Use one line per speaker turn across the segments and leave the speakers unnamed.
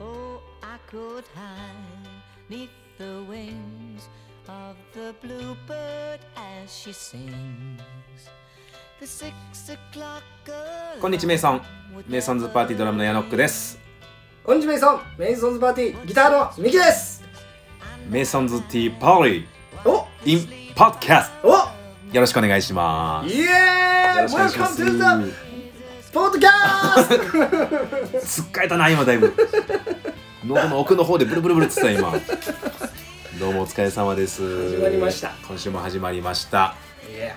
Oh, echoed high neath the wings of the bluebird as she sings. The six o'clock
こんにちは、メイソン。メイソンズパーティードラムのヤノックです。
こんにちはメイソンメイソンズパーティーギターのミキです
メイソンズティーパーリー
お
in podcast。
お
よろしくお願いします。
イエ
よ
ー
ろ
イ
しくお願いしま
Welcome
す
to the podcast!
すっかえたな、今だいぶ。喉の奥の方でブルブルブルっつった、今。どうもお疲れ様です。始
まりました
今週も始まりました。
いや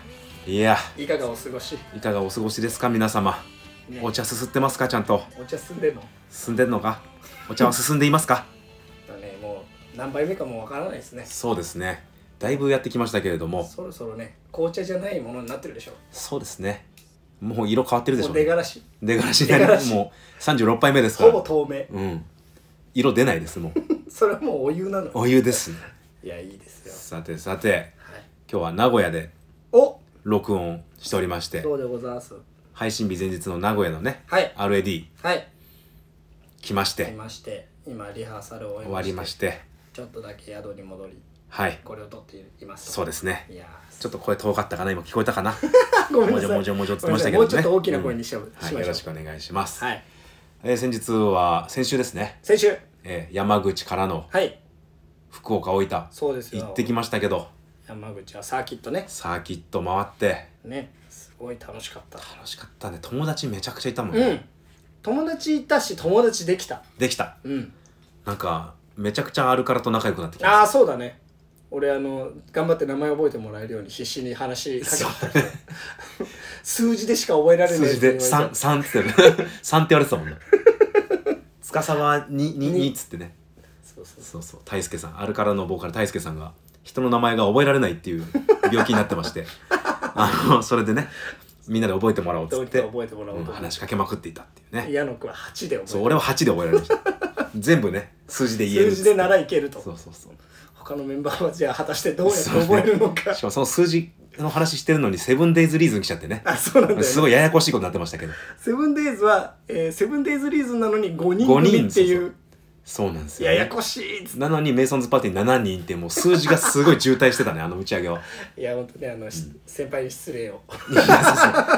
いや、
いかがお過ごし、
いかがお過ごしですか、皆様。
ね
お茶すすってますか、ちゃんと。
お茶進んでんの
進んでんのかお茶は進んでいますか
だねもう何杯目かもわからないですね
そうですね。だいぶやってきましたけれども、
そろそろね紅茶じゃないものになってるでしょ
そうですね。もう色変わってるでしょ
も
う
う
ね
出がらし
出がらしになります
出が
もう36杯目ですから
ほぼ透明
うん色出ないですもう
それはもうお湯なの
お湯ですね
いやいいですよ、
さてさて
はい、
今日は名古屋で
お
録音しておりまして
そうでございます
配信日前日の名古屋のね、
はい
RAD
はい
来まし
い
て
まして今リハーサルを終
終わりまして
ちょっとだけ宿に戻り
はい
これを撮っています
そうですね
いやー
ちょっと声遠かったかな今聞こえたかな
ごめん
も
な
じ
さ
ょ
い。
もじょもじょって言ってましたけ
も
ど
う
ね
ちょっと大きな声にしよう、
うん
し
は
ま
い、よろし
し
く
ょ
お
う。
願いします、
はい。
えー先日は先週ですね、
先週、
えー山口からの
はい。
福岡大分
そうですよ。
行ってきましたけど
山口はサーキットね。
サーキット回って
ね。すごい楽しかった。
楽しかったね友達めちゃくちゃいたもんね、
うん。友達いたし、友達できた。
できた
うん。
なんかめちゃくちゃアルカラと仲良くなってき
あ
ま
あ、そうだね。俺、あの、頑張って名前覚えてもらえるように必死に話しかけたけど。数字でしか覚えら
す
れない
数
や
字
つに言わ
で
れて。
3三って言って る三って言われてたもんね司はにににっつってね
そうそう
そうそう大輔さんアルカラのボーカル大輔さんが人の名前が覚えられないっていう病気になってま してあのそれでねみんなで覚えてもらおうっつ
どう
っ
やって
て、
覚えてもらお
う
うんと思っ
話しかけまくっていたっていう
て。
ね
矢野くんは8で覚
そう
え
俺は8で覚えられました全部ね数字で言え
て
るっつ
る。数
って
字でならいけると。
そうそうそう
他のメンバーはじゃあ果たしてどうやって覚えるのか。
しかもその数字の話してるのにセブンデイズリーズン来ちゃってね
あ、そうなんだよ、ね。
すごいややこしいことになってましたけど
セブンデイズは、えーセブンデイズリーズンなのに5人
五人
組っていう
そうそうなんですよ、
や
ね、
やこしいっつ
なのにメイソンズパーティー7人ってもう数字がすごい渋滞してたねあの打ち上 げは
いや本当にあの、し先輩に失礼を
いやそ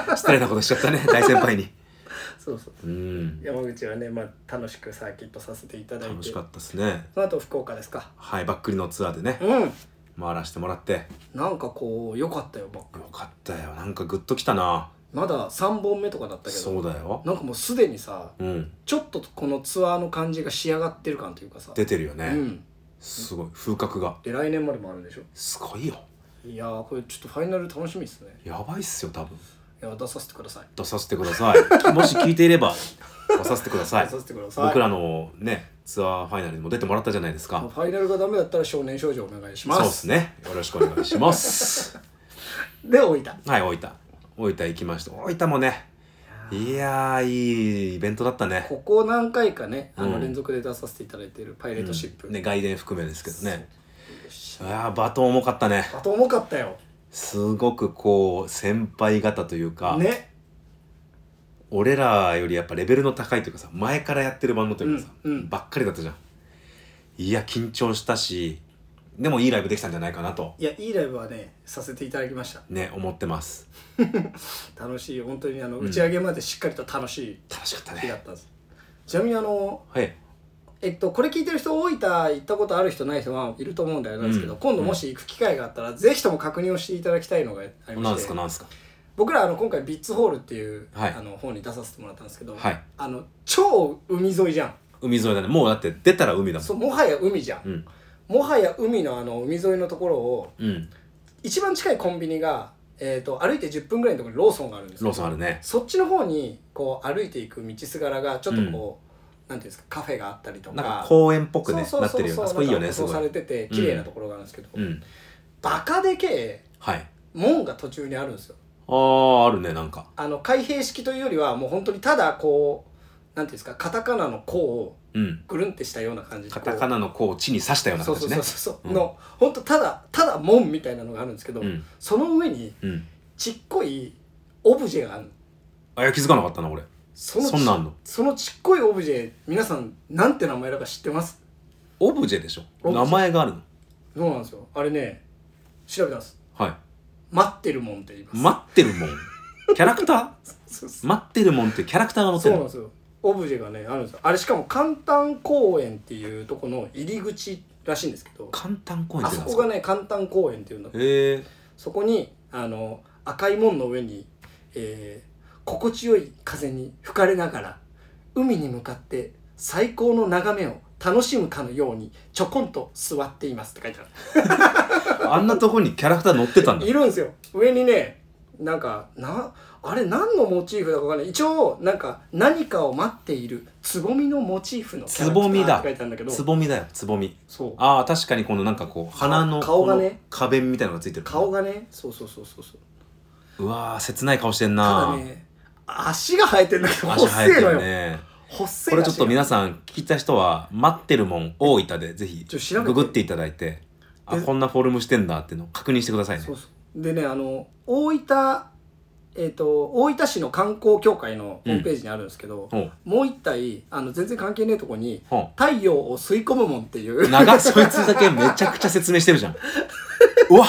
うそう失礼なことしちゃったね大先輩に
そう そう
うん
山口はね、まあ、楽しくサーキットさせていただいて
楽しかったですね
その後福岡ですか
はいばっくりのツアーでね
うん
回らせてもらって
なんかこう良かったよばっか
よかったよなんかグッときたな
まだ3本目とかだったけど
そうだよ
なんかもうすでにさ
うん
ちょっとこのツアーの感じが仕上がってる感というかさ
出てるよね、
うん
すごい風格が
で来年までもあるんでしょ
すごいよ
いやーこれちょっとファイナル楽しみですね
やばいっすよ多分
いや出させてください
出させてくださいもし聞いていれば出させてください
出させてください
僕らのねツアーファイナルにも出てもらったじゃないですか
もうファイナルがダメだったら少年少女お願いしま
そうですすね。よろしくお願いします。
で置いた
はい、大分。大分行きました。大分もね、いやー、いいイベントだったね。
ここ何回かねあ
う
の
ん
連続で出させていただいているパイレートシップ、
ね、外伝含めですけどね。
よし
いやー、バトン重かったね。
あと重かったよ
すごくこう、先輩方というか、
ね
俺らよりやっぱレベルの高いというかさ、前からやってるバンドというかさ、
うんうん
ばっかりだったじゃん。いや、緊張したし、でもいいライブできたんじゃないかなと、
いやいいライブはねさせていただきました
ね、思ってます。
楽しい本当にあの打ち上げまでしっかりと楽しい
楽しかった
日だっ
ね。
たんです、ちなみにあの
はい。
えっとこれ聞いてる人大分行ったことある人ない人はいると思うんであれなんですけど、
うん
今度もし行く機会があったらぜひとも確認をしていただきたいのがありま
なん
し
す
て
か、なんすか。
僕らあの今回ビッツホールっていう、
はい
あの方に出させてもらったんですけど、
はい
あの超海沿いじゃん
海沿いだね。もうだって出たら海だもん。
そうもはや海じゃん、
うん。
もはや海のあの海沿いのところを
うん。
一番近いコンビニが、えー、と歩いて10分ぐらいのところにローソンがあるんです
ロー
よ
ソンあるね。
そっちの方にこう歩いていく道すがらがちょっとこう、なんていうんですかカフェがあったりと
な
か
んか公園っぽくね、
そう
な
そう
って
そう
るよ。
そう
あそこいいよ
なん
ね、
か
す
舗装
ご
され
い。
てて綺麗なところがあるんですけど、
うん。
バカでけえ
はい。
門が途中にあるんですよ
あー、あるね、なんか。
あの開閉式というよりはもう本当にただこうなんていうんですかカタカナの「こ」を
うん。
ぐるんってしたような感じでこ
カ
う
タカナのこう地に刺したような
そう
感
そ
じ
うそ
ね
う。そう、
うん
の本当ただただ門みたいなのがあるんですけど、
うん。
その上に
うん。
ちっこいオブジェがあるの
あ、いや、気づかなかったな、俺。
そのち
そんなんあんの。
そのちっこいオブジェ皆さんなんて名前だか知ってます
オブジェでしょ
オブジェ
名前があるの
そうなんですよあれね調べたんです
はい
待ってるもんって言います、
待ってるもんキャラク タ
そうそ
ー待ってるもんってキャラクターが載
う
って
そう
る
なんですよオブジェがねあるんですよあれしかも簡単公園っていうとこの入り口らしいんですけど
簡単公演
あ
って
そ
なんで
こ
す
が
か
ね簡単公園っていうんだ
へえ
そこにあの赤い門の上に、えー心地よい風に吹かれながら海に向かって最高の眺めを楽しむかのようにちょこんと座っていますって書いてある
あんなとこにキャラクター載ってたんだ
いるんですよ上にねなんかなあれ何のモチーフだかわかんない一応なんか何かを待っているつぼみのモチーフのキャラクタ
つぼみ
ー
だ
って書いてあるんだけど
つぼみだよつぼみ
そう
ああ確かにこのなんかこう鼻の
顔がね
この花弁みたいなのがついてる
顔がねそうそうそうそうそう
うわー切ない顔してん
ただ
な、
ね足が生えてんだけど
足生
細
え
い
て
の
る
よ、
ね
細い
これちょっと
足が
皆さん聞いた人は「待ってるもん大分」でぜひ
ちょっと調べて
ググっていただいてあ
え
こんなフォルムしてんだっていうのを確認してくださいね
そうそうでねあの大分えっ、と大分市の観光協会のホームページにあるんですけど、
おう
もう一体あの全然関係ねえとこに
ほ
「太陽を吸い込むもん」っていう
う長っそいつだけめちゃくちゃ説明してるじゃんうわ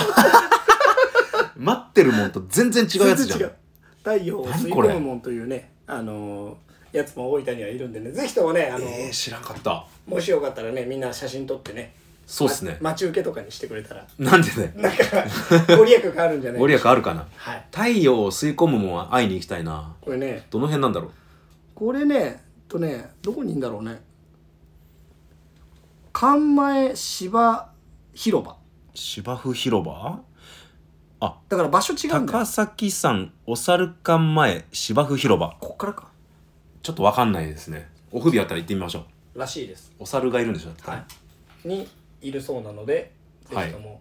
待ってるもんと全然違うやつじゃ
全然違
ん
う太陽を吸い込むもんというねあのやつも大分にはいるんでねぜひともねあの、
えー、知らんかった
もしよかったらねみんな写真撮ってね
そうっすね
ま待ち受けとかにしてくれたら
なんでね
なんかご利益があるんじゃない
ご利益あるかな
はい
太陽を吸い込むもんは会いに行きたいな
これね
どの辺なんだろう
これねえっとねどこにいんだろうね館前芝広場
芝生広場
だから場所違うんだよ
高崎山お猿館前芝生広場
こっからか
ちょっとわかんないですねおふびあったら行ってみましょう
らしいです
お猿がいるんでしょだって
はいにいるそうなのでぜ
はい
ひとも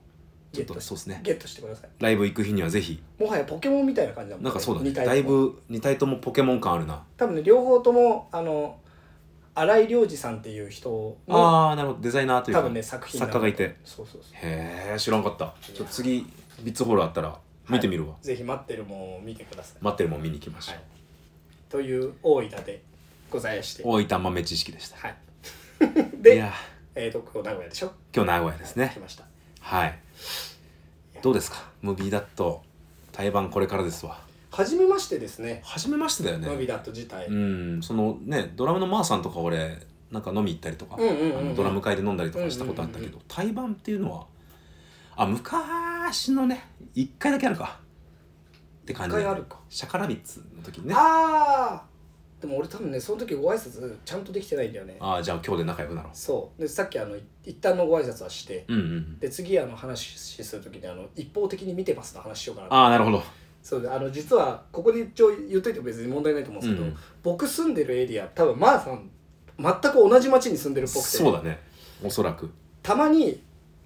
ち
ゲ
ょ
ッ
っと
トし,、
そうですね
ゲットしてください
ライブ行く日にはぜひ
もはやポケモンみたいな感じだもん
なんかそうだね
二体
だい
とも
ぶ2体ともポケモン感あるな
多分ね両方ともあの新井良二さんっていう人の
ああなるほどデザイナーという
多
か
分ね作品なん
作
だ
家がいて
そうそうそう
へえ知らんかったちょっと次ビッツホールあったら見てみるわ、
ぜひ待ってるもんを見てください、
待ってるもん見に行きましょう、
はい、という大分でございまして
大分豆知識でした
はい
いや
で
ー
えー、とここ名古屋でしょ
今日名古屋ですね
来ました
はいどうですかムビーダット対バンこれからですわ
初めましてですね
初めましてだよね
ナビダット自体、
うんそのねドラムのマーさんとか俺なんか飲み行ったりとか、
うんうんうんうん
あのドラム会で飲んだりとかしたことあったけど、
うんうん
対バンっていうのはあ昔のね一回だけあるかって感じだよね
一回あるか
シャカラビッツの時にねあ
ああでも俺多分ねその時ご挨拶ちゃんとできてないんだよね
あーじゃあ今日で仲良くなろ
そうでさっきあのい一旦のご挨拶はして、
ううんうんうん
で次あの話しする時にあの一方的に見てますの話しようかな
ああなるほど
そうであの実はここで一応言っといても別に問題ないと思うんですけど、
うん
僕住んでるエリア多分マーさん全く同じ町に住んでるっぽくて
そうだねおそらく
たまに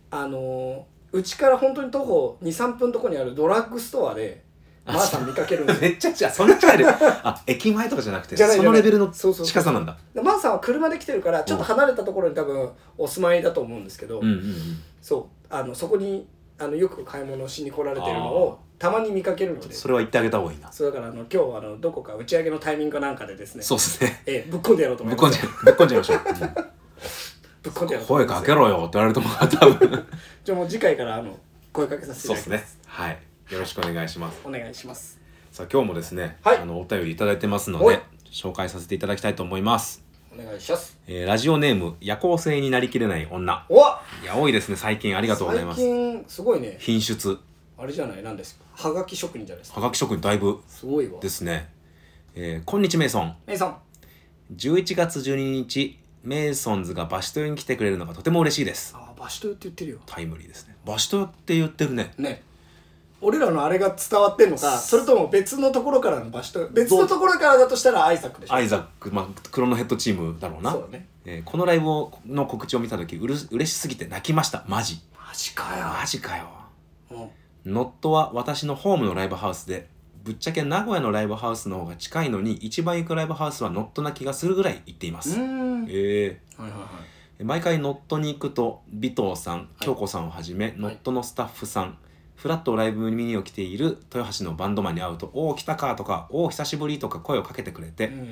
あのーうちから本当に徒歩23分とこにあるドラッグストアで
あ
マーさん見かけるんですよ
めっちゃ近いそんな近いであ駅前とかじゃなくて
じゃない
そのレベルの
そうそうそう
近さなんだ
でマーさんは車で来てるからちょっと離れたところに多分お住まいだと思うんですけど、
うんうんうん
そうあのそこにあのよく買い物しに来られてるのをたまに見かけるので
それは言ってあげた方がいいな
そうだからあの今日あのどこか打ち上げのタイミングかなんかでですね
そうですね
ええぶっこんでやろうと
ぶ
思
っこ
いま
ん
す
じゃぶっこんじゃいましょう うん
ぶっこんでやろうと
声
思います
かけろよって言われると思う多分
じゃあもう次回からあの声かけさせてい
そ
た
う
だ
です
きま
ね
す
はいよろしくお願いします
お願いします
さあ今日もですね、
はい
あのお便りいただいてますの
おい
で紹介させていただきたいと思います、
お願いします
えーラジオネーム夜行性になりきれない女
おあ
いや多いですね最近あり
り
がとうございます
最近すごいね
品質
あれじゃないなんですかはがき職人じゃないですか
はがき職人だいぶ
すごいわ
ですね、えーこんにちメイソン
メイさん
11月12日メイソンズがバシトヨに来てくれるのがとても嬉しいです
ああバシトヨって言ってるよ
タイムリーですねバシトヨって言ってるね
ね俺らのあれが伝わってんのかそれとも別のところからのバシトヨ別のところからだとしたらアイサックでしょ
アイザック、まあ、クロノヘッドチームだろうな
そうだね
えーこのライブをの告知を見た時うる嬉しすぎて泣きましたマジ
マジかよ
マジかよ
うん
ノットは私のホームのライブハウスでぶっちゃけ名古屋のライブハウスの方が近いのに一番行くライブハウスはノットな気がするぐらい行っています
うん
え
はいはいはい
ー毎回ノットに行くと尾藤さん京子さんをはじめ、ノットのスタッフさんフラットライブ見に来ている豊橋のバンドマンに会うと「おお来たか」とか「おお久しぶり」とか声をかけてくれて、
うんうんうん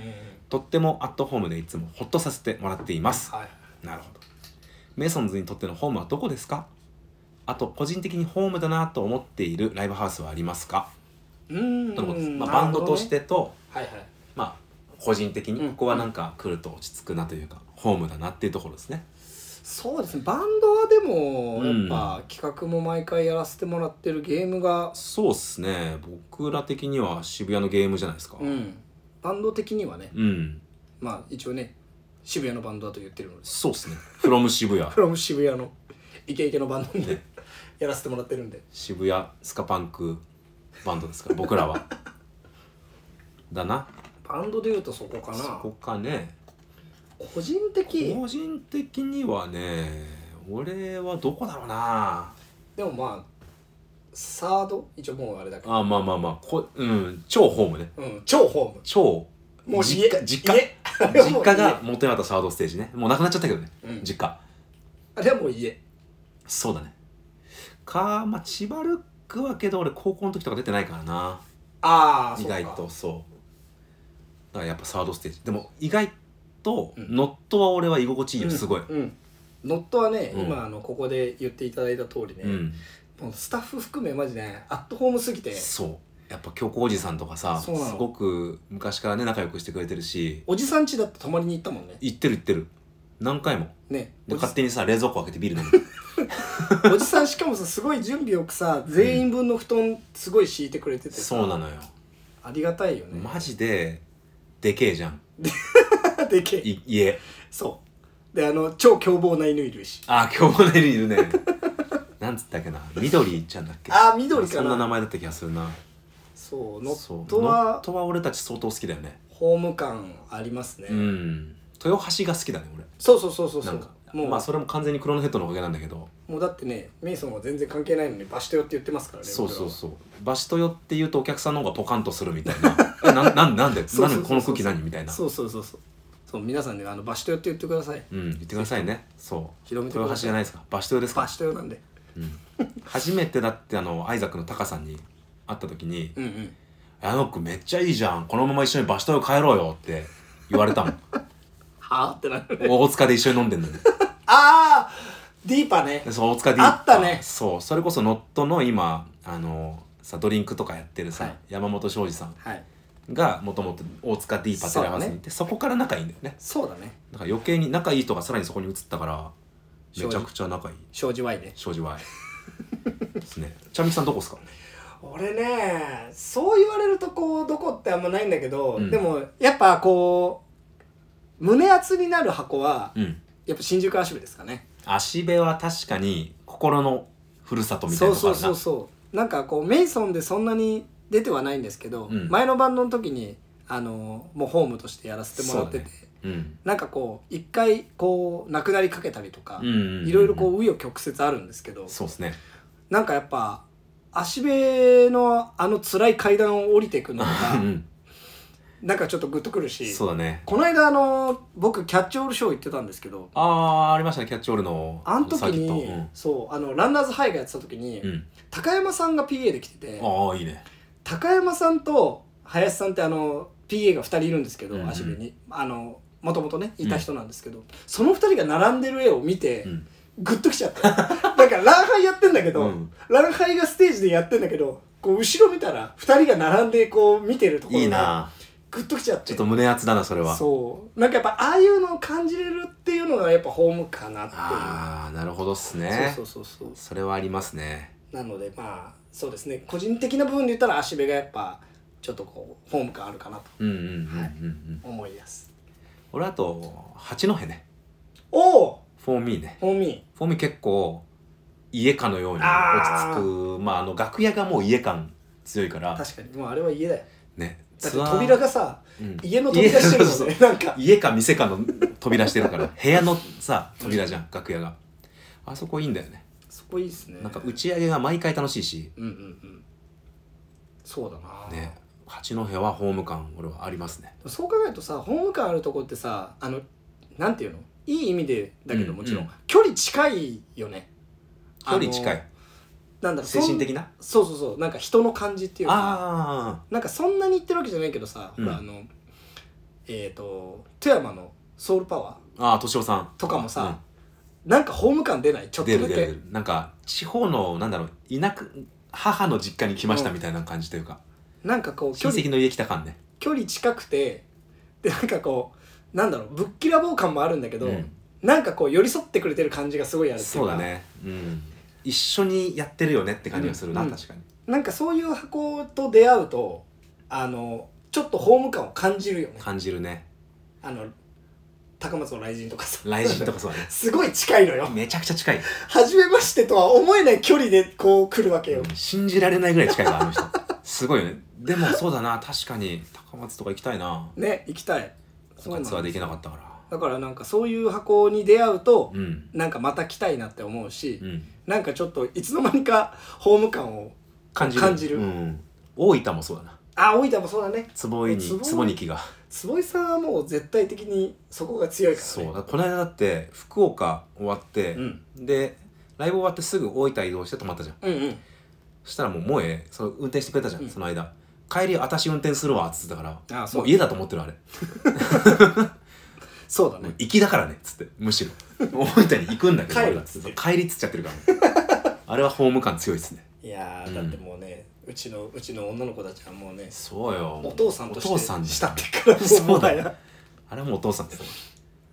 とってもアットホームでいつもホッとさせてもらっています
はい
なるほど。メイソンズにとってのホームはどこですかあと個人的にホームだなと思っているライブハウスはありますか
うーん
とのことです、まあ、
なる
バン
ほど
ドとし
ね
てと、
はいはい
まあ個人的に
うん
ここはなんか来ると落ち着くなというか、ホームだなっていうところですね
そうですねバンドはでも
う
や
ん
っぱ企画も毎回やらせてもらってるゲームが
そうっすね僕ら的には渋谷のゲームじゃないですか
うんバンド的にはね
うん
まあ一応ね渋谷のバンドだと言ってるのです
そうっすね「from 渋谷
フロム渋谷のイケイケのバンドでやらせてもらってるんで」
渋谷スカパンクバンドですから僕らはだな
バンドでいうとそこか
そ
な
こかね
個人的
個人的にはね俺はどこだろうな
でもまあサード一応もうあれだけど
あまあまあまあこうん超ホームね
うん超ホ
超
ームもう
実
家
家実家
家
実 家が元々サードステージねもうなくなっちゃったけどね、
うん
実家
あれはもう家
そうだねかまあ千葉ルックはけど俺高校の時とか出てないからな
ああ
意外とそうだからやっぱサードステージでも意外と
うん
ノットは俺は居心地いいよ、
うん
すごい、
うんノットはね、
うん
今あのここで言っていただいた通りね、
うん、
もうスタッフ含めマジねアットホームすぎて
そうやっぱ京子おじさんとかさす
そうなの
ごく昔からね仲良くしてくれてるし
おじさん家だって泊まりに行ったもんね
行ってる行ってる何回も
ね
で
おじ
勝手にさ冷蔵庫開けてビール飲む
おじさんしかもさすごい準備よくさ全員分の布団すごい敷いてくれててさ
そうなのよ
ありがたいよね
マジででけえじゃん
でけえ
い家
そうであの超凶暴な犬いるし
あー今日もねいる ねなんつったっけな緑ちゃんだっけ
あー緑かな
そんな名前だった気がするな
そうノ
そう
ット
ノッ
は
トは俺たち相当好きだよね
ホーム感ありますね、
うん豊橋が好きだね俺
そうそうそうそうそ
なん
う
か
もう、
まあそれも完全にクロノヘッドのおかげなんだけど
もうだってねメイソンは全然関係ないのにバシトヨって言ってますからね
そうそう
僕らは
そうバシトヨって言うとお客さんの方がポカンとするみたいなえなんなんなんで
そう
な
そうそうそうん
でこの空気何みたいな
そうそうそうそうそう皆さんねあのバシトヨって言ってください
うん言ってくださいねそう
広めてく
豊
だ
橋
さい
じゃないですかバシトヨです
バ
か
シトヨなんで
初めてだってあのアイザックのタカさんに会った時に
うんうん
「あの子めっちゃいいじゃんこのまま一緒にバシトヨ帰ろうよ」って言われ たもん
はあってなるね
大塚で一緒に飲んでんのに
ああディーパね
でそう大塚で
あったね
そうそれこそノットの今あのさドリンクとかやってるさ、
はい
山本庄司さん
はい
がもともと大塚 D パテラハウスにいてそ,、こから仲いいんだよね
そうだね
だから余計に仲いい人がさらにそこに移ったからめちゃくちゃ仲いい
障子ワイね
庄司 はですねちゃみきさんどこですか
俺ねそう言われるとこうどこってあんまないんだけど、
うん
でもやっぱこう胸熱になる箱は、
うん
やっぱ新宿アシベですかね
足部は確かに心のふるさとみたい
そ
なと
う
こ
そ
あ
う
る
そう
な
そうなんかこうメイソンでそんなに出てはないんですけど、
うん
前のバンドの時にあのもうホームとしてやらせてもらってて、
そうだうん
なんかこう一回こうなくなりかけたりとか、
うん
いろいろこ
う
う紆余曲折あるんですけど、
んそうですね
なんかやっぱ足部のあの辛い階段を降りていくのが
うん
なんかちょっとグッとくるし
そうだね
この間あの僕キャッチオールショー行ってたんですけど
ああありましたねキャッチオールの
あの時
サーキット
に、そうあのランナーズハイがやってた時に、
うん、うん
高山さんが PA で来てて
ああいいね
高山さんと林さんってあの PA が2人いるんですけど、
うんうん
足部にあのもともとねいた人なんですけど、その2人が並んでる絵を見て、
うん
グッときちゃった なんかランハイやってんだけど、
うん
ランハイがステージでやってんだけどこう後ろ見たら2人が並んでこう見てるところが
いいな
グッときちゃって
ちょっと胸熱だなそれは
そうなんかやっぱああいうのを感じれるっていうのがやっぱホームかなってい
ああなるほどっす
う、
ね
そうそうそうそう
それはありますね
なのでまあそうですね個人的な部分で言ったら足部がやっぱちょっとこうホーム感あるかなと
うんうんうんうんうん、
はい思います
俺あと八戸ね
おお
フォーミーね
ホーミ
フォーミー結構家かのように落
あ
ち着くまああの楽屋がもう家感強いから
ー確かにもうあれは家だよ
ね
だって扉がさ
うん
家の扉してるのねなんか
家か店かの扉してるから部屋のさ扉じゃん楽屋があそこいいんだよね
そこいいですね
なんか打ち上げが毎回楽しいし
うんうんうんそうだな、
ね八戸はホーム感俺はありますね
そう考えるとさホーム感あるとこってさあのなんていうのいい意味でだけど
うん
もちろん、
うん
距離近いよね
距離近
あの
い
なんだろう
精神的な
そんそうそうそうなんか人の感じっていうか
ああ
なんかそんなに言ってるわけじゃないけどさ、
うん
ほらあのえっ、と富山のソウルパワー
ああ敏夫さん
とかもさ、なんかホーム感出ないちょっと
出
だ
る
け
出る出るなんか地方のなんだろう田舎母の実家に来ましたみたいな感じというか、
なんかこう距
親
離
戚の家来た感ね
距離近くてでなんかこうなんだろうぶっきらぼう感もあるんだけど、
うん
なんかこう寄り添ってくれてる感じがすごいあるっていうか
そうだねうん一緒にやってるよねって感じがするな、
うん
確かに
なんかそういう箱と出会うとあのちょっとホーム感を感じるよね
感じるね
あの高松の雷神とかさ
雷神とかそうだね
すごい近いのよ
めちゃくちゃ近い、
初めましてとは思えない距離でこう来るわけ
う
よ、
ん信じられないぐらい近いわあの 人すごいよねでもそうだな確かに高松とか行きたいな
ね行きたい
今回ツアーできなかったか
だからなんかそういう箱に出会うと、
らうん
なんかまた来たいなって思うし、
うん
なんかちょっといつの間にかホーム感を
感じる
感じる
うん、大分もそうだな
あ大分もそうだね
坪井に
坪井
坪に木が
坪井さんはもう絶対的にそこが強いから
そう
ね
だからこの間だって福岡終わって、
うん、
でライブ終わってすぐ大分移動して泊まったじゃん
うんうん
そしたらもう萌えその運転してくれたじゃん、
うん
その間帰り私運転するわっつってたから
あそう
もう家だと思ってるあれ
そうだね
もう行きだからねっつってむし ろ大分に行くんだけど
帰る
俺らつって帰りっつっちゃってるからあれはホーム感強いですね
いやー、
うん
だってもうねうちのうちの女の子たちはもうね
そうよ
お父さんとして
お父さん
慕ってからもう
そう
もは
だ
や
よあれはもうお父さんです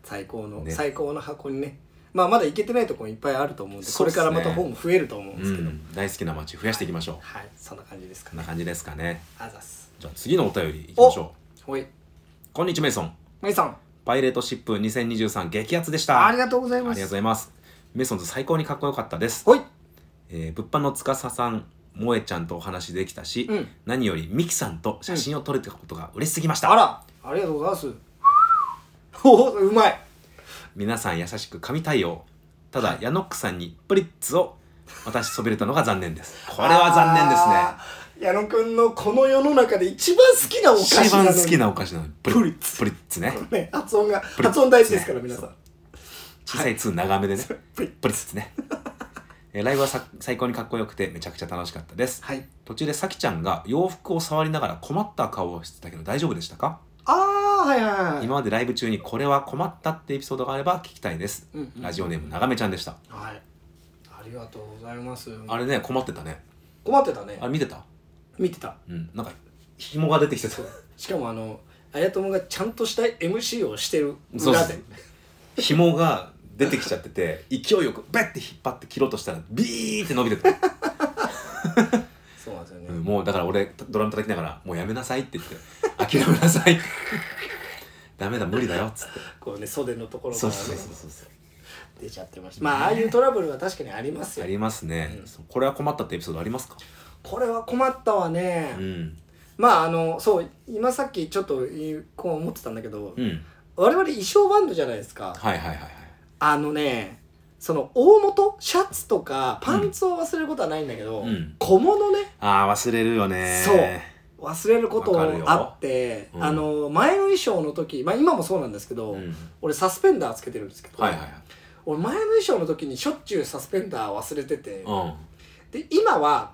最高の、
ね
最高の箱にねまあまだ行けてないところいっぱいあると思うんで
そ
こ
うっ
れ
す
か
ね
らまたホーム増えると思うんで
う
すけど、
ん大好きな街増やしていきましょう、
はいそんな感じですか
こんな
ね
感じですかね
あざっす
じゃあ次のお便りいきましょ
ほいう
こんにちはメイソン
まいさん
パイレートシップ2023激アツでした
ありがとうござい
あ
ま
り
す
がとうございますメイソンズ最高にかっこよかったです、
ほい
えー物販の司さん萌えちゃんとお話できたし、
うん
何よりミキさんと写真を撮れたことが嬉しすぎました、
あらありがとうございますおおうまい
皆さん優しく神対応ただヤノックさんにプリッツを私そびれたのが残念ですこれは残念ですね
ね矢野くんのこの世の中で一番好きなお菓子
一
な
番
のに
好きなお菓子なのにプ
プリッツ
プリッツね
ね発音が
プリッツね
発音大事ですから皆さ
そうん小さい「ツ」長めでね
プリッ
プリッツねえーライブはさ最高にかっこよくてめちゃくちゃ楽しかったです
はい
途中でさきちゃんが洋服を触りながら困った顔をしてたけど大丈夫でしたか
ああはいはいはい
今までライブ中にこれは困ったってエピソードがあれば聞きたいです、
うんうん
ラジオネームながめちゃんでした、
はいありがとうございます
あれね困ってたね
困ってたね
あれ見てた
見てた
うんなんか紐が出てきてた
そうしかもあの綾友がちゃんとした MC をしてる
そう
裏
そう
で
紐が出てきちゃってて勢いよくベッて引っ張って切ろうとしたらビーって伸びてた、
そうなんですよね、
うんもうだから俺ドラム叩きながら「もうやめなさい」って言って「諦めなさい」ダメだ無理だよ」っつって
こうね袖のところか
そ
ら
う
ね
そうそうそうそう
出ちゃってましたまあああいうトラブルは確かにあります
あ
よ
りますね、
うん
そうこれは困ったってエピソードありますか
これは困ったわね、
うん
まああのそう今さっきちょっと言うこう思ってたんだけど、
うん
我々衣装バンドじゃないですか、
はいはいはいはい
あのねその大元シャツとかパンツを忘れることはないんだけど、
うん
小物ね
あー忘れるよね
そう忘れること
わかるよ
あって、
うん
あの前の衣装の時、まあ、今もそうなんですけど、
うん
俺サスペンダーつけてるんですけど、
はいはいはい
俺前の衣装の時にしょっちゅうサスペンダー忘れてて、
う
で今は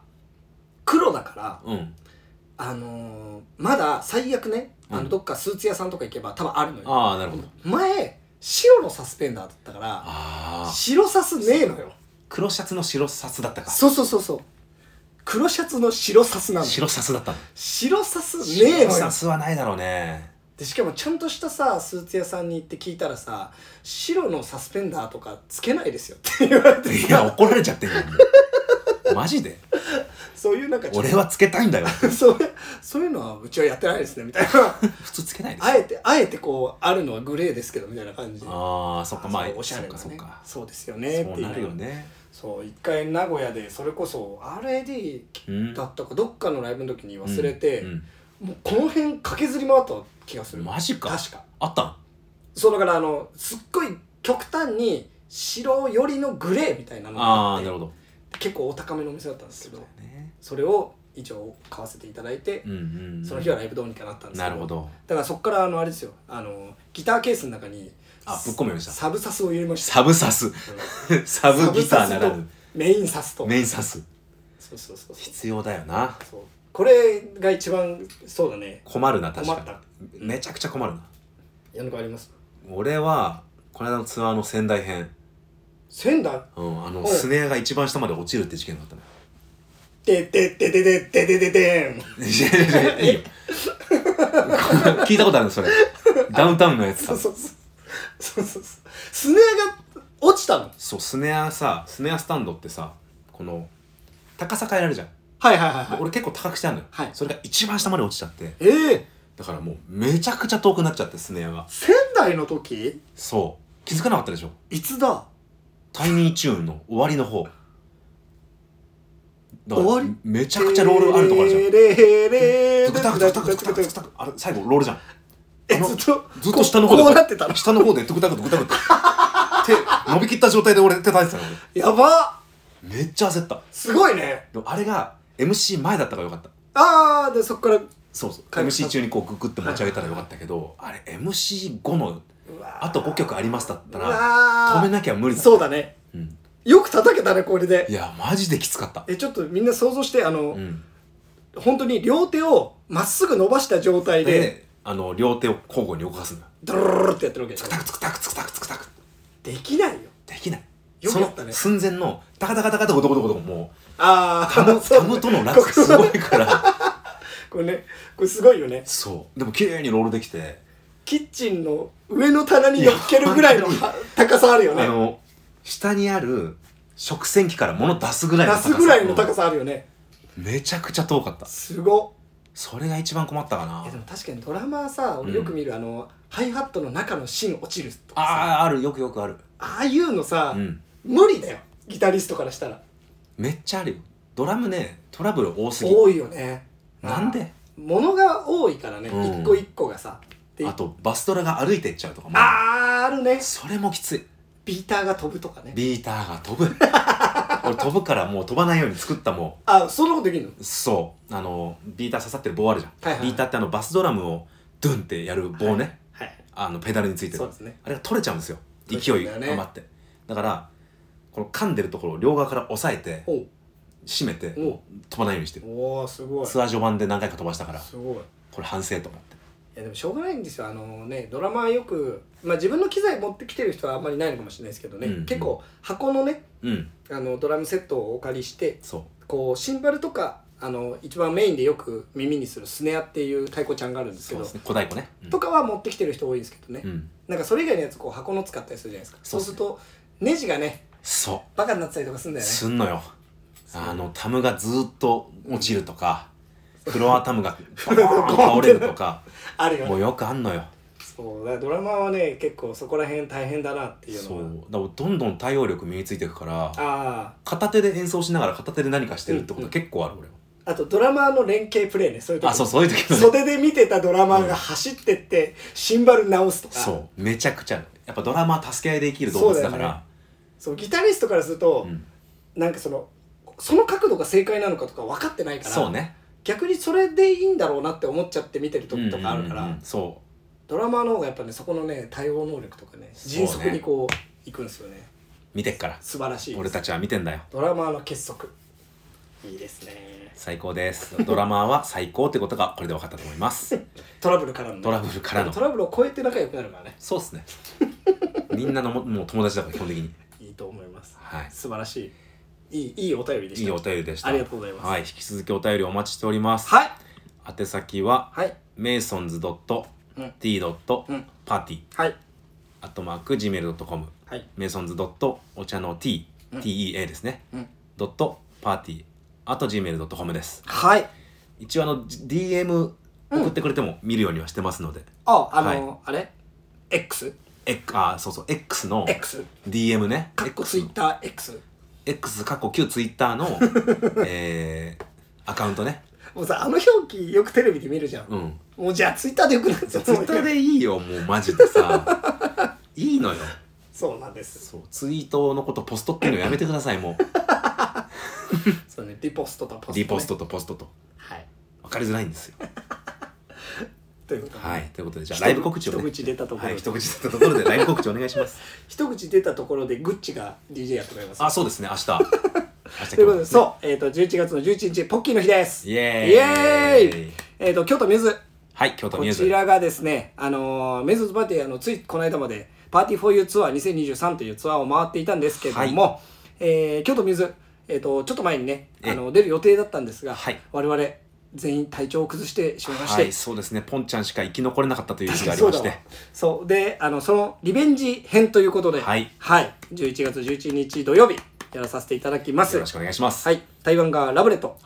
黒だから、
んうん
あのーまだ最悪ねあ
うん
のどっかスーツ屋さんとか行けば多分あるのよ、
ああなるほど
前白のサスペンダーだったから
ああ
白サスねえのよ
黒シャツの白シャツだったか
そうそうそうそう黒シャツの白サスなのよ
白シャツだったの
白サスねえ
白
の
シ
よ
ャツはないだろうね
でしかもちゃんとしたさスーツ屋さんに行って聞いたらさ白のサスペンダーとかつけないですよって言われて
いや
さ
怒られちゃってるよもう マジで
そういうなんかちょっ
俺はつけたいんだ よ
と そういうそういうのはうちはやってないですねみたい な
普通つけないです
あえてあえてこうあるのはグレーですけどみたいな感じで
ああそっかまあ
そうおしゃれ
そ
な
っかそっ
ね
か
そうですよねって
そう
いう
なるよね
そう一回名古屋でそれこそ RAD
うん
だったかどっかのライブの時に忘れて、
うん
もうこの辺駆けずり回った気が
う
す
ん
る
マジか
確か
あったん
そうだからあのすっごい極端に白寄りのグレーみたいなのが
あ
あ
あ
っ
な
て
るほど
結構お高めのお店だったんですけど
ね
それを一応買わせていただいて
う、んうん
その日はライブどうにかなったんです
な
け
る
ど
ほど
だからそっからあのあれですよあのギターケースの中に
あぶっ込むようにした
サブサスを入れました
サブサ スサブギターなら
サブサ
ぬ
スとメインサスと
メインサス
そうそうそうそう
必要だよな
そうこれが一番そうだね
困るな確
困
か
っ
にめちゃくちゃ困るな
矢野くんあります
俺はこの間のツアーの仙台編
仙台
うん、あの
お
スネアが一番下まで落ちるって事件があったの
でででででででででん
よいやいやいやいいよ 聞いたことあるのそれダウンタウンのやつ
そ
だ
うそうそうそうそうそうスネアが落ちたの
そうスネアさスネアスタンドってさこの高さ変えられるじゃん、
はいはいはい
で
はい
俺結構高くしてあるのよ、
はい
それが一番下まで落ちちゃって
ええ
だからもうめちゃくちゃ遠くなっちゃってスネアが
仙台の時
そう気づかなかったでしょ
いつだ
タイニーチューンの終わりの方だから
終わり
めちゃくちゃロールあるとこあるじゃん
レレレ
トクタクトクタクトクタクトクタクあれ最後ロールじゃん
えずっと
ずっと下の方で
こうなってたの
下の方でトクタクトクタクって手伸びきった状態で俺手叩いてたの
やば
俺めっちゃ焦った
すごいね
でもあれが MC 前だったからよかった
ああでそっから
そうそう
回復した
MC 中にこうググって持ち上げたらよかったけどあれ MC5 のあと5曲ありますだったら止め
止
なきゃ無理だ
そうだね
うん
よく叩けたねこれで
いやマジできつかった
えちょっとみんな想像してあの、
うん
本当に両手をまっすぐ伸ばした状態で、
であの両手を交互に動かすんだ
ドロロロってやってるわけで
つ
し
く
ょ
たくつくたくつくたくつくたく
できないよ
できない
よくやったね
その寸前のタカタカタカタコどこどこどこもう
あ
タムタムとの落差す
こ
ごいから
これねこれすごいよね
そうでも綺麗にロールできて
キッチンの上の棚に乗っけるぐらいの
いや
は高さあるよ
あ
ね
の下にある食洗機から物出すぐらいの
出
高さ
すぐらいの高さあるよね
うんめちゃくちゃ遠かった
すご
それが一番困ったかな
っいやでも確かにドラマはさ俺よく見る、あのハイハットの中の芯落ちると
あ
かさ
ああるよくよくある
ああいうのさ、
うん
無理だよギタリストからしたら
めっちゃあるよドラムねトラブル多すぎ
多いよね
なんで
物が多いからね、
うん
一個一個がさで
あとバスドラが歩いてっちゃうとかも
あーあるね
それもきつい
ビーターが飛ぶとかね
ビーターが飛ぶ 俺飛ぶからもう飛ばないように作ったもん
あそんなことできるの
そうあのビーター刺さってる棒あるじゃん、
はいはいはい
ビーターってあのバスドラムをドゥンってやる棒ね、
はい
あのペダルについて
そう
る
ですね
あれが取れちゃうんですよ
取れちゃ
勢
うん
い
だよね
余ってだからこの噛んでるところを両側から押さえて
おう
締めて
お
飛ばないようにしてる
おーすごいす
ツアー序盤で何回か飛ばしたから
ごいい
これ反省と思って
やでもしょうがないんですよあのねドラマはよく、まあ、自分の機材持ってきてる人はあんまりないのかもしれないですけどね、
うん
結構箱のね
うん
あのドラムセットをお借りして
そ
こうシンバルとかあの一番メインでよく耳にするスネアっていう太鼓ちゃんがあるん
う
ですけ
そう
ど、
ですね小太鼓ねうん
とかは持ってきてる人多いんですけどね、
うん
なんかそれ以外のやつこう箱の使ったりするじゃないですか
そ
そうう
です
す
ね
るとネジがね
そ
バカになってたりとかする
う
んだよね
すんのよあのタムがずーっと落ちるとかフロアタム がポーンと倒れるとか
あるよね
もうよくあんのよ
そうだからドラマはね結構そこら辺大変だなっていう
そ
のは
うだからどんどん対応力身についていくから
あ
片手で演奏しながら片手で何かしてるってことは結構ある俺は、
ああとドラマーの連携プレーねそういう時
あそうそういう 時もね
袖で見てたドラマーが走ってってシンバル直すとか
そうめちゃくちゃあるやっぱドラマは助け合いで生きる動物だか
そうだよね
ら
そうギタリストからすると
う、ん
なんかそのその角度が正解なのかとか分かってないから
そうね
逆にそれでいいんだろうなって思っちゃって見てる時とかあるから、
うんうんうんそ
ドラマーの方がやっぱねそこのね対応能力とかね
そうね
迅速にこういくんですよね
う見てっから
素晴らしいです
俺たちは見てんだよ
ドラマーの結束いいですね
最高 ですドラマーは最高ってことがこれで分かったと思います
トラブルからのね
トラブルからの
トラブルを超えて仲良くなるからね
そうっす ねみんなのももう友達だから基本的に
いいと思います
はい
素晴らしいいいいいお便りでし
い
た
いお便りでした
ありがとうございます
はい引き続きお便りお待ちしております、
はい
宛先は
はい
メイソンズ .t.party、
うんはい
アットマーク Gmail.com
はい
メイソンズドットお茶の T、TEA ですね、
うん
ドットパーティーあと Gmail.com です
はい
一応あの DM 送ってくれても見るようにはしてますので、
ああの、あれ X?
えあそうそう X の
X
DM ね
かっこツイッター X
X かっこ旧 Twitter のえー、アカウントね
もうさあの表記よくテレビで見るじゃん、
うん
もうじゃあツイッターでよくなっちゃう
Twitter でいいよもうマジでさいいのよ
そうなんです
そうツイートのことポストっていうのやめてくださいも
そうねリポストとポスト、
う
ね、
リポストとポストと
はい
分かりづらいんですよ
ということで、
はいということでじゃあ
一口
ライブ告知をね
一口出たところで、
はい、一口だったところでライブ告知お願いし ます。
一口出たところでグッチが DJ やってくれます
あ、そうですね、明日。明日
ということで、そう、えっ、と、11月の11日、ポッキーの日です。
イエーイ
イエーイえっ、と、京都ミューズ。
はい、京都
こ
ミュー
ち
ズ。
らがですね、あのー、メズズパーティー、あの、ついこの間まで、パーティーフォーユーツアー2023というツアーを回っていたんですけども、えー京都水、えー、とちょっと前にねあの出る予定だったんですが、
はい
我々全員体調を崩してしまいまして、
はい、そうですね。ポンちゃんしか生き残れなかったという日があり
そ
ま
うだ
し
わ
て。
そうであのそのリベンジ編ということで、
はい
11月11日土曜日やらさせていただきます
よろしくお願いします。
は
はい。
い台湾がラブレット、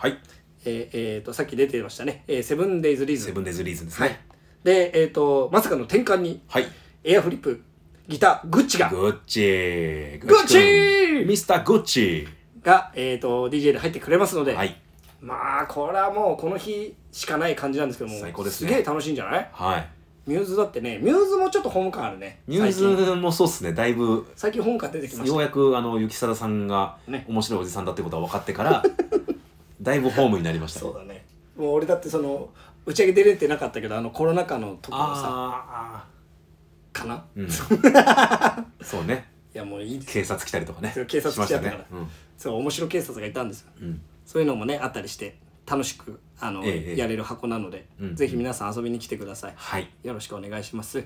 えーえーとさっき出てましたね、えーセブンデイズリーズ
セブンデズリーズです
はい
ね。
でえっ、とまさかの転換に
はい。
エアフリップギターグッチが
グッチー。
グッチ
君
ー
ミスターグッチ
が、えー、と DJ で入ってくれますので、
ー。はい。
まあこれはもうこの日しかない感じなんですけども
最高ですね
げえ楽しいんじゃない
はい。
ミューズだってねミューズもちょっとホーム感あるね
ニュー
最近
ズもそうですね。だいぶ、
最近本感出てきまし
よう
た
やく、あの、雪貞さんが
ね、
面白いおじさんだってことは分かって から、だいぶホームになりましたね
そう。だねもう俺だってその打ち上げ出れてなかったけどあのコロナ禍のところさ
あ
かな
あ。うん。 そうね。
いやもういいです
警察来たりとかね
そう。警察来ちゃったから
しましたね
そう面白警察がいたんですよ
うん。うん。
そういうのもねあったりして楽しくあの、
ええ
やれる箱なので、
うん
ぜひ皆さん遊びに来てください、
はい。
よろしくお願いします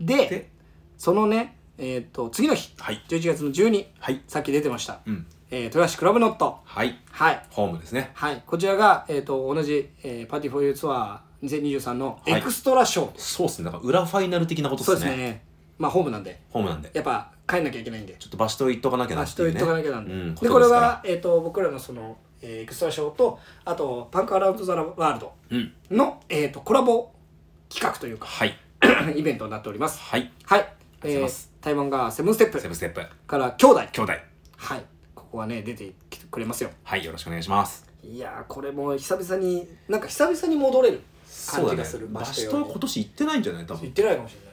で
で、
そのねえっ、と次の日、
はい
11月の12
はい。
さっき出てました、
うん。
えー豊橋クラブノット
はい。
はい
ホームですね。
はいこちらが、えー、と同じ、えーパーティーフォーユーツアー2023の
はい
エクストラショー、
そうですね。だから裏ファイナル的なこと
そう
で
ですす
ね。
ねまあホームなんで
ホームなんで。
やっぱ帰んなきゃいけないんで
ちょっと場所と言っとかなきゃな
明
っ
日
てい
言
う、
っ
ね。
とかなきゃなんで、
うん、
で
で
こ
こ
れ
れ
が
は、
えー、と僕らのその、えーエクストラショーとあとパンクアラウンド・ザ・ワールド
うん、
の、えー、とコラボ企画というか
はい、
イベントになっております
はい、
はい、
ありがとうござい
え
ます
ー、台湾がセブンステップ
セブンステップ、
から兄弟
兄弟、
はいここはね出てきてくれますよ
はい、よろしくお願いします。
いやーこれも久々になんか久々に戻れる感じがする
バ
場所
シ
よ
トは今年行ってないんじゃない多
行っ
分。
てないかもしれない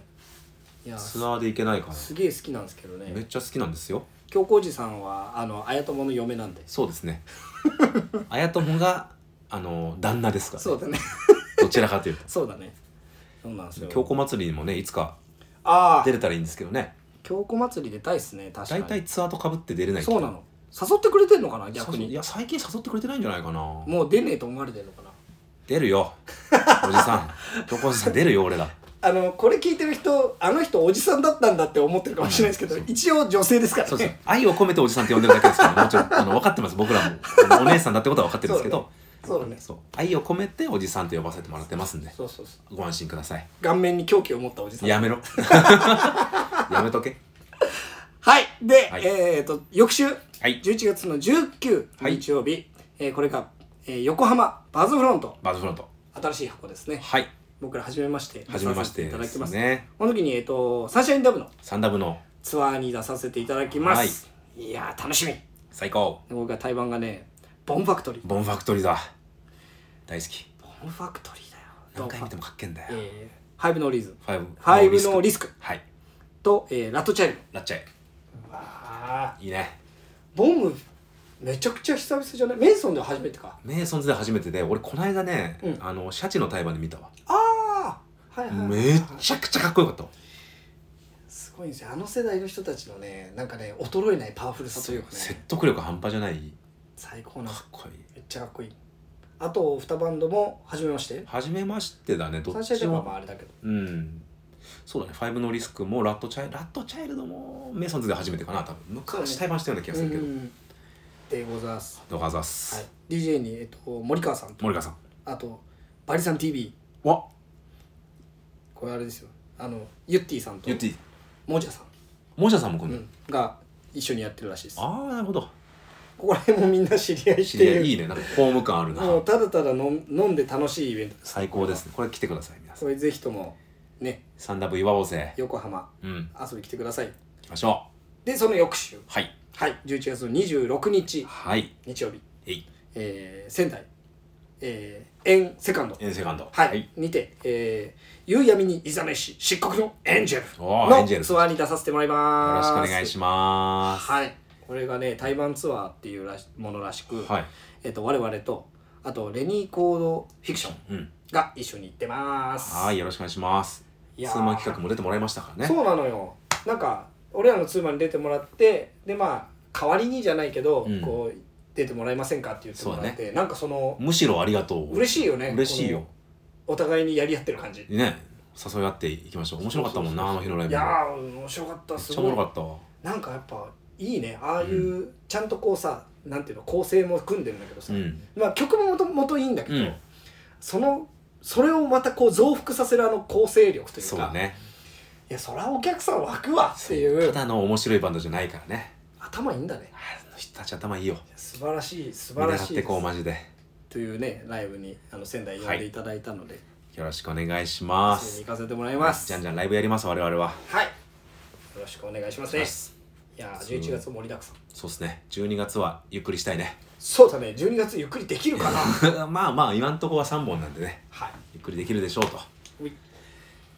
いやー
ツアーで行けないから。
すげえ好きなんですけど
めっ
ね
ちゃ好きなんですよ。
京子おじさんはあの綾友の嫁なんで
そうです ね。綾友が、あの、旦那ですから、
そうだね
どちらかというと。
そうだねそうなんですよ
京子祭りにもね、いつか
ああ
出れたらいいんですけどね。
京子祭り出たいっすね確か
大
に
体ツアーとかぶって出れない
そうなの誘ってくれてんのかな逆
逆に。い
に
や、最近誘ってくれてないんじゃないかな。
もう出ねえと思われてるのかな
出るよ。おじさん。京子おじさん出るよ、俺ら。
あのこれ聞いてる人あの人おじさんだったんだって思ってるかもしれないですけど一応女性ですから
そうです
ね
ね愛を込めておじさんって呼んでるだけですからもうちょっとあの分かってます僕らもあのお姉さんだってことは分かってるんですけど
そうだね
そう愛を込めておじさんと呼ばせてもらってますんで
そうそうそう
ご安心ください
顔面に狂気を持ったおじさん
や めろやめとけ
はいで、
はい
えっ、と翌週
はい
11月の19
はい
日曜日、えーこれが、えー横浜バズフロント
バズフロント
新しい箱ですね
はい
僕ら初めまして
初めまして
出させいただ
で
き
す
ます
ね
この時に、えー、とサンシャインダブの
サンダブの
ツアーに出させていただきます、い、やー楽しみ
最高
僕が台湾がねボンファクトリー
ボンファクトリーだ大好き
ボンファクトリーだよ
何回見てもかっけんだよ
えー、ファイブノーリーズ
ファイブ
ファイブのリスク
はい
と、えーラットチャイル
なっちゃえ
ドわ
いいね
ボムめちゃくちゃ久々じゃないメイソンでは初めてか
メイソンズで初めてで俺この間ね、
うん
あのシャチの対話で見たわ
ああはいはいはい、
めちゃくちゃかっこよかったわ
すごいんですよあの世代の人たちのねなんかね衰えないパワフルさというか
説
ね
得力半端じゃない
最高なんで
か
す
っこいい
めっちゃかっこいいあと2バンドも初めまして
初めましてだねど
サ
っ
ンシャイン
ち
ジャパン
も
はあれだけど
うんそうだね「ファイブのリスク」もラットチャイ「ラットチャイルド」もメイソンズで初めてかな多分昔対バンしたような気がするけど、
うんでございます、
ドカザス、
はい、DJ に、えっと、森川さんと
森川さん
あとバリさん TV
わ
これあれですよあのゆってぃさんと
言っていい
もじゃさん
モジャさんも来る
う
の、
んが一緒にやってるらしいですこ
ああなるほど
こら辺もみんな知り合いって
知り合
いう
いいいねなんかホーム感あるな
もうただただのん飲んで楽しいイベントです
最高ですねこれ来てください皆さん
これぜひともね
サンダブ岩尾勢
横浜
うん
遊び来てください
行きましょ
でその翌週
うはい
はい11月の26日
はい
日曜日、
えい
えー仙台えー、エンセカンド
エンセカンド
はい、にて、えー、夕闇にいざめし漆黒のエンジェル
おーエンジェ
の
ル
ツアーに出させてもらい
よろ
ま
し
す
くお願いします
はい、これがね台湾ツアーっていうらしものらしく、
はい
えっと我々とあとレニー・コード・フィクション
うん
が一緒に行ってます
はいよろしくお願いしますツ
いやー
ーマン企画も出てもらいましたからね
そうなのよなんか俺らのツーマンに出てもらってでまあ代わりにじゃないけど、
うん
こう出てもらえませんかって言ってもらって、なんかその
むしろありがとう
嬉しいよね
嬉しいよ
お互いにやり合ってる感じ
ね誘い合っていきましょう面白かったもんなあの日のライ
い
ブ
や
も
ー面白かった
めっ
す
ちゃお
ご
も
い
ろかったわ
なんかやっぱいいねああいう、ちゃんとこうさなんていうの構成も組んでるんだけど
う
さ、
ん
まあ曲ももともといいんだけど、
うん
そのそれをまたこう増幅させるあの構成力というか
そうだね
いやそりゃお客さん湧くわっていう
ただの面白いバンドじゃないからね
頭いいんだね
あの人たち頭いいよ
素晴らしい素
見
晴ら
習っ
しい
て
です
こうマジで
というねライブにあの仙台呼んでいただいたので、
よろしくお願いしま
それ
す
に行かせてもらいます
じゃんじゃんライブやります我々は
はいよろしくお願いしますね
そ
いやー11月盛りだくさん
うっすね12月はゆっくりしたい ね
そうだね12月ゆっくりできるかな
まあまあ今んとこは3本なんでね
はい
ゆっくりできるでしょうと
うい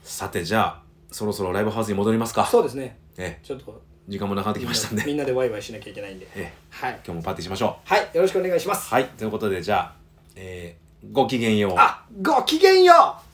さてじゃあそろそろライブハウスに戻りますか
そうですね
ええ
ちょっと
時間もなくなってきましたんで
みんなでワイワイしなきゃいけないんで
ええ
はい
今日もパーティーしましょ
はいよろしくお願いします
うはいということでじゃあ、えーごきげんよう
あごきげんよう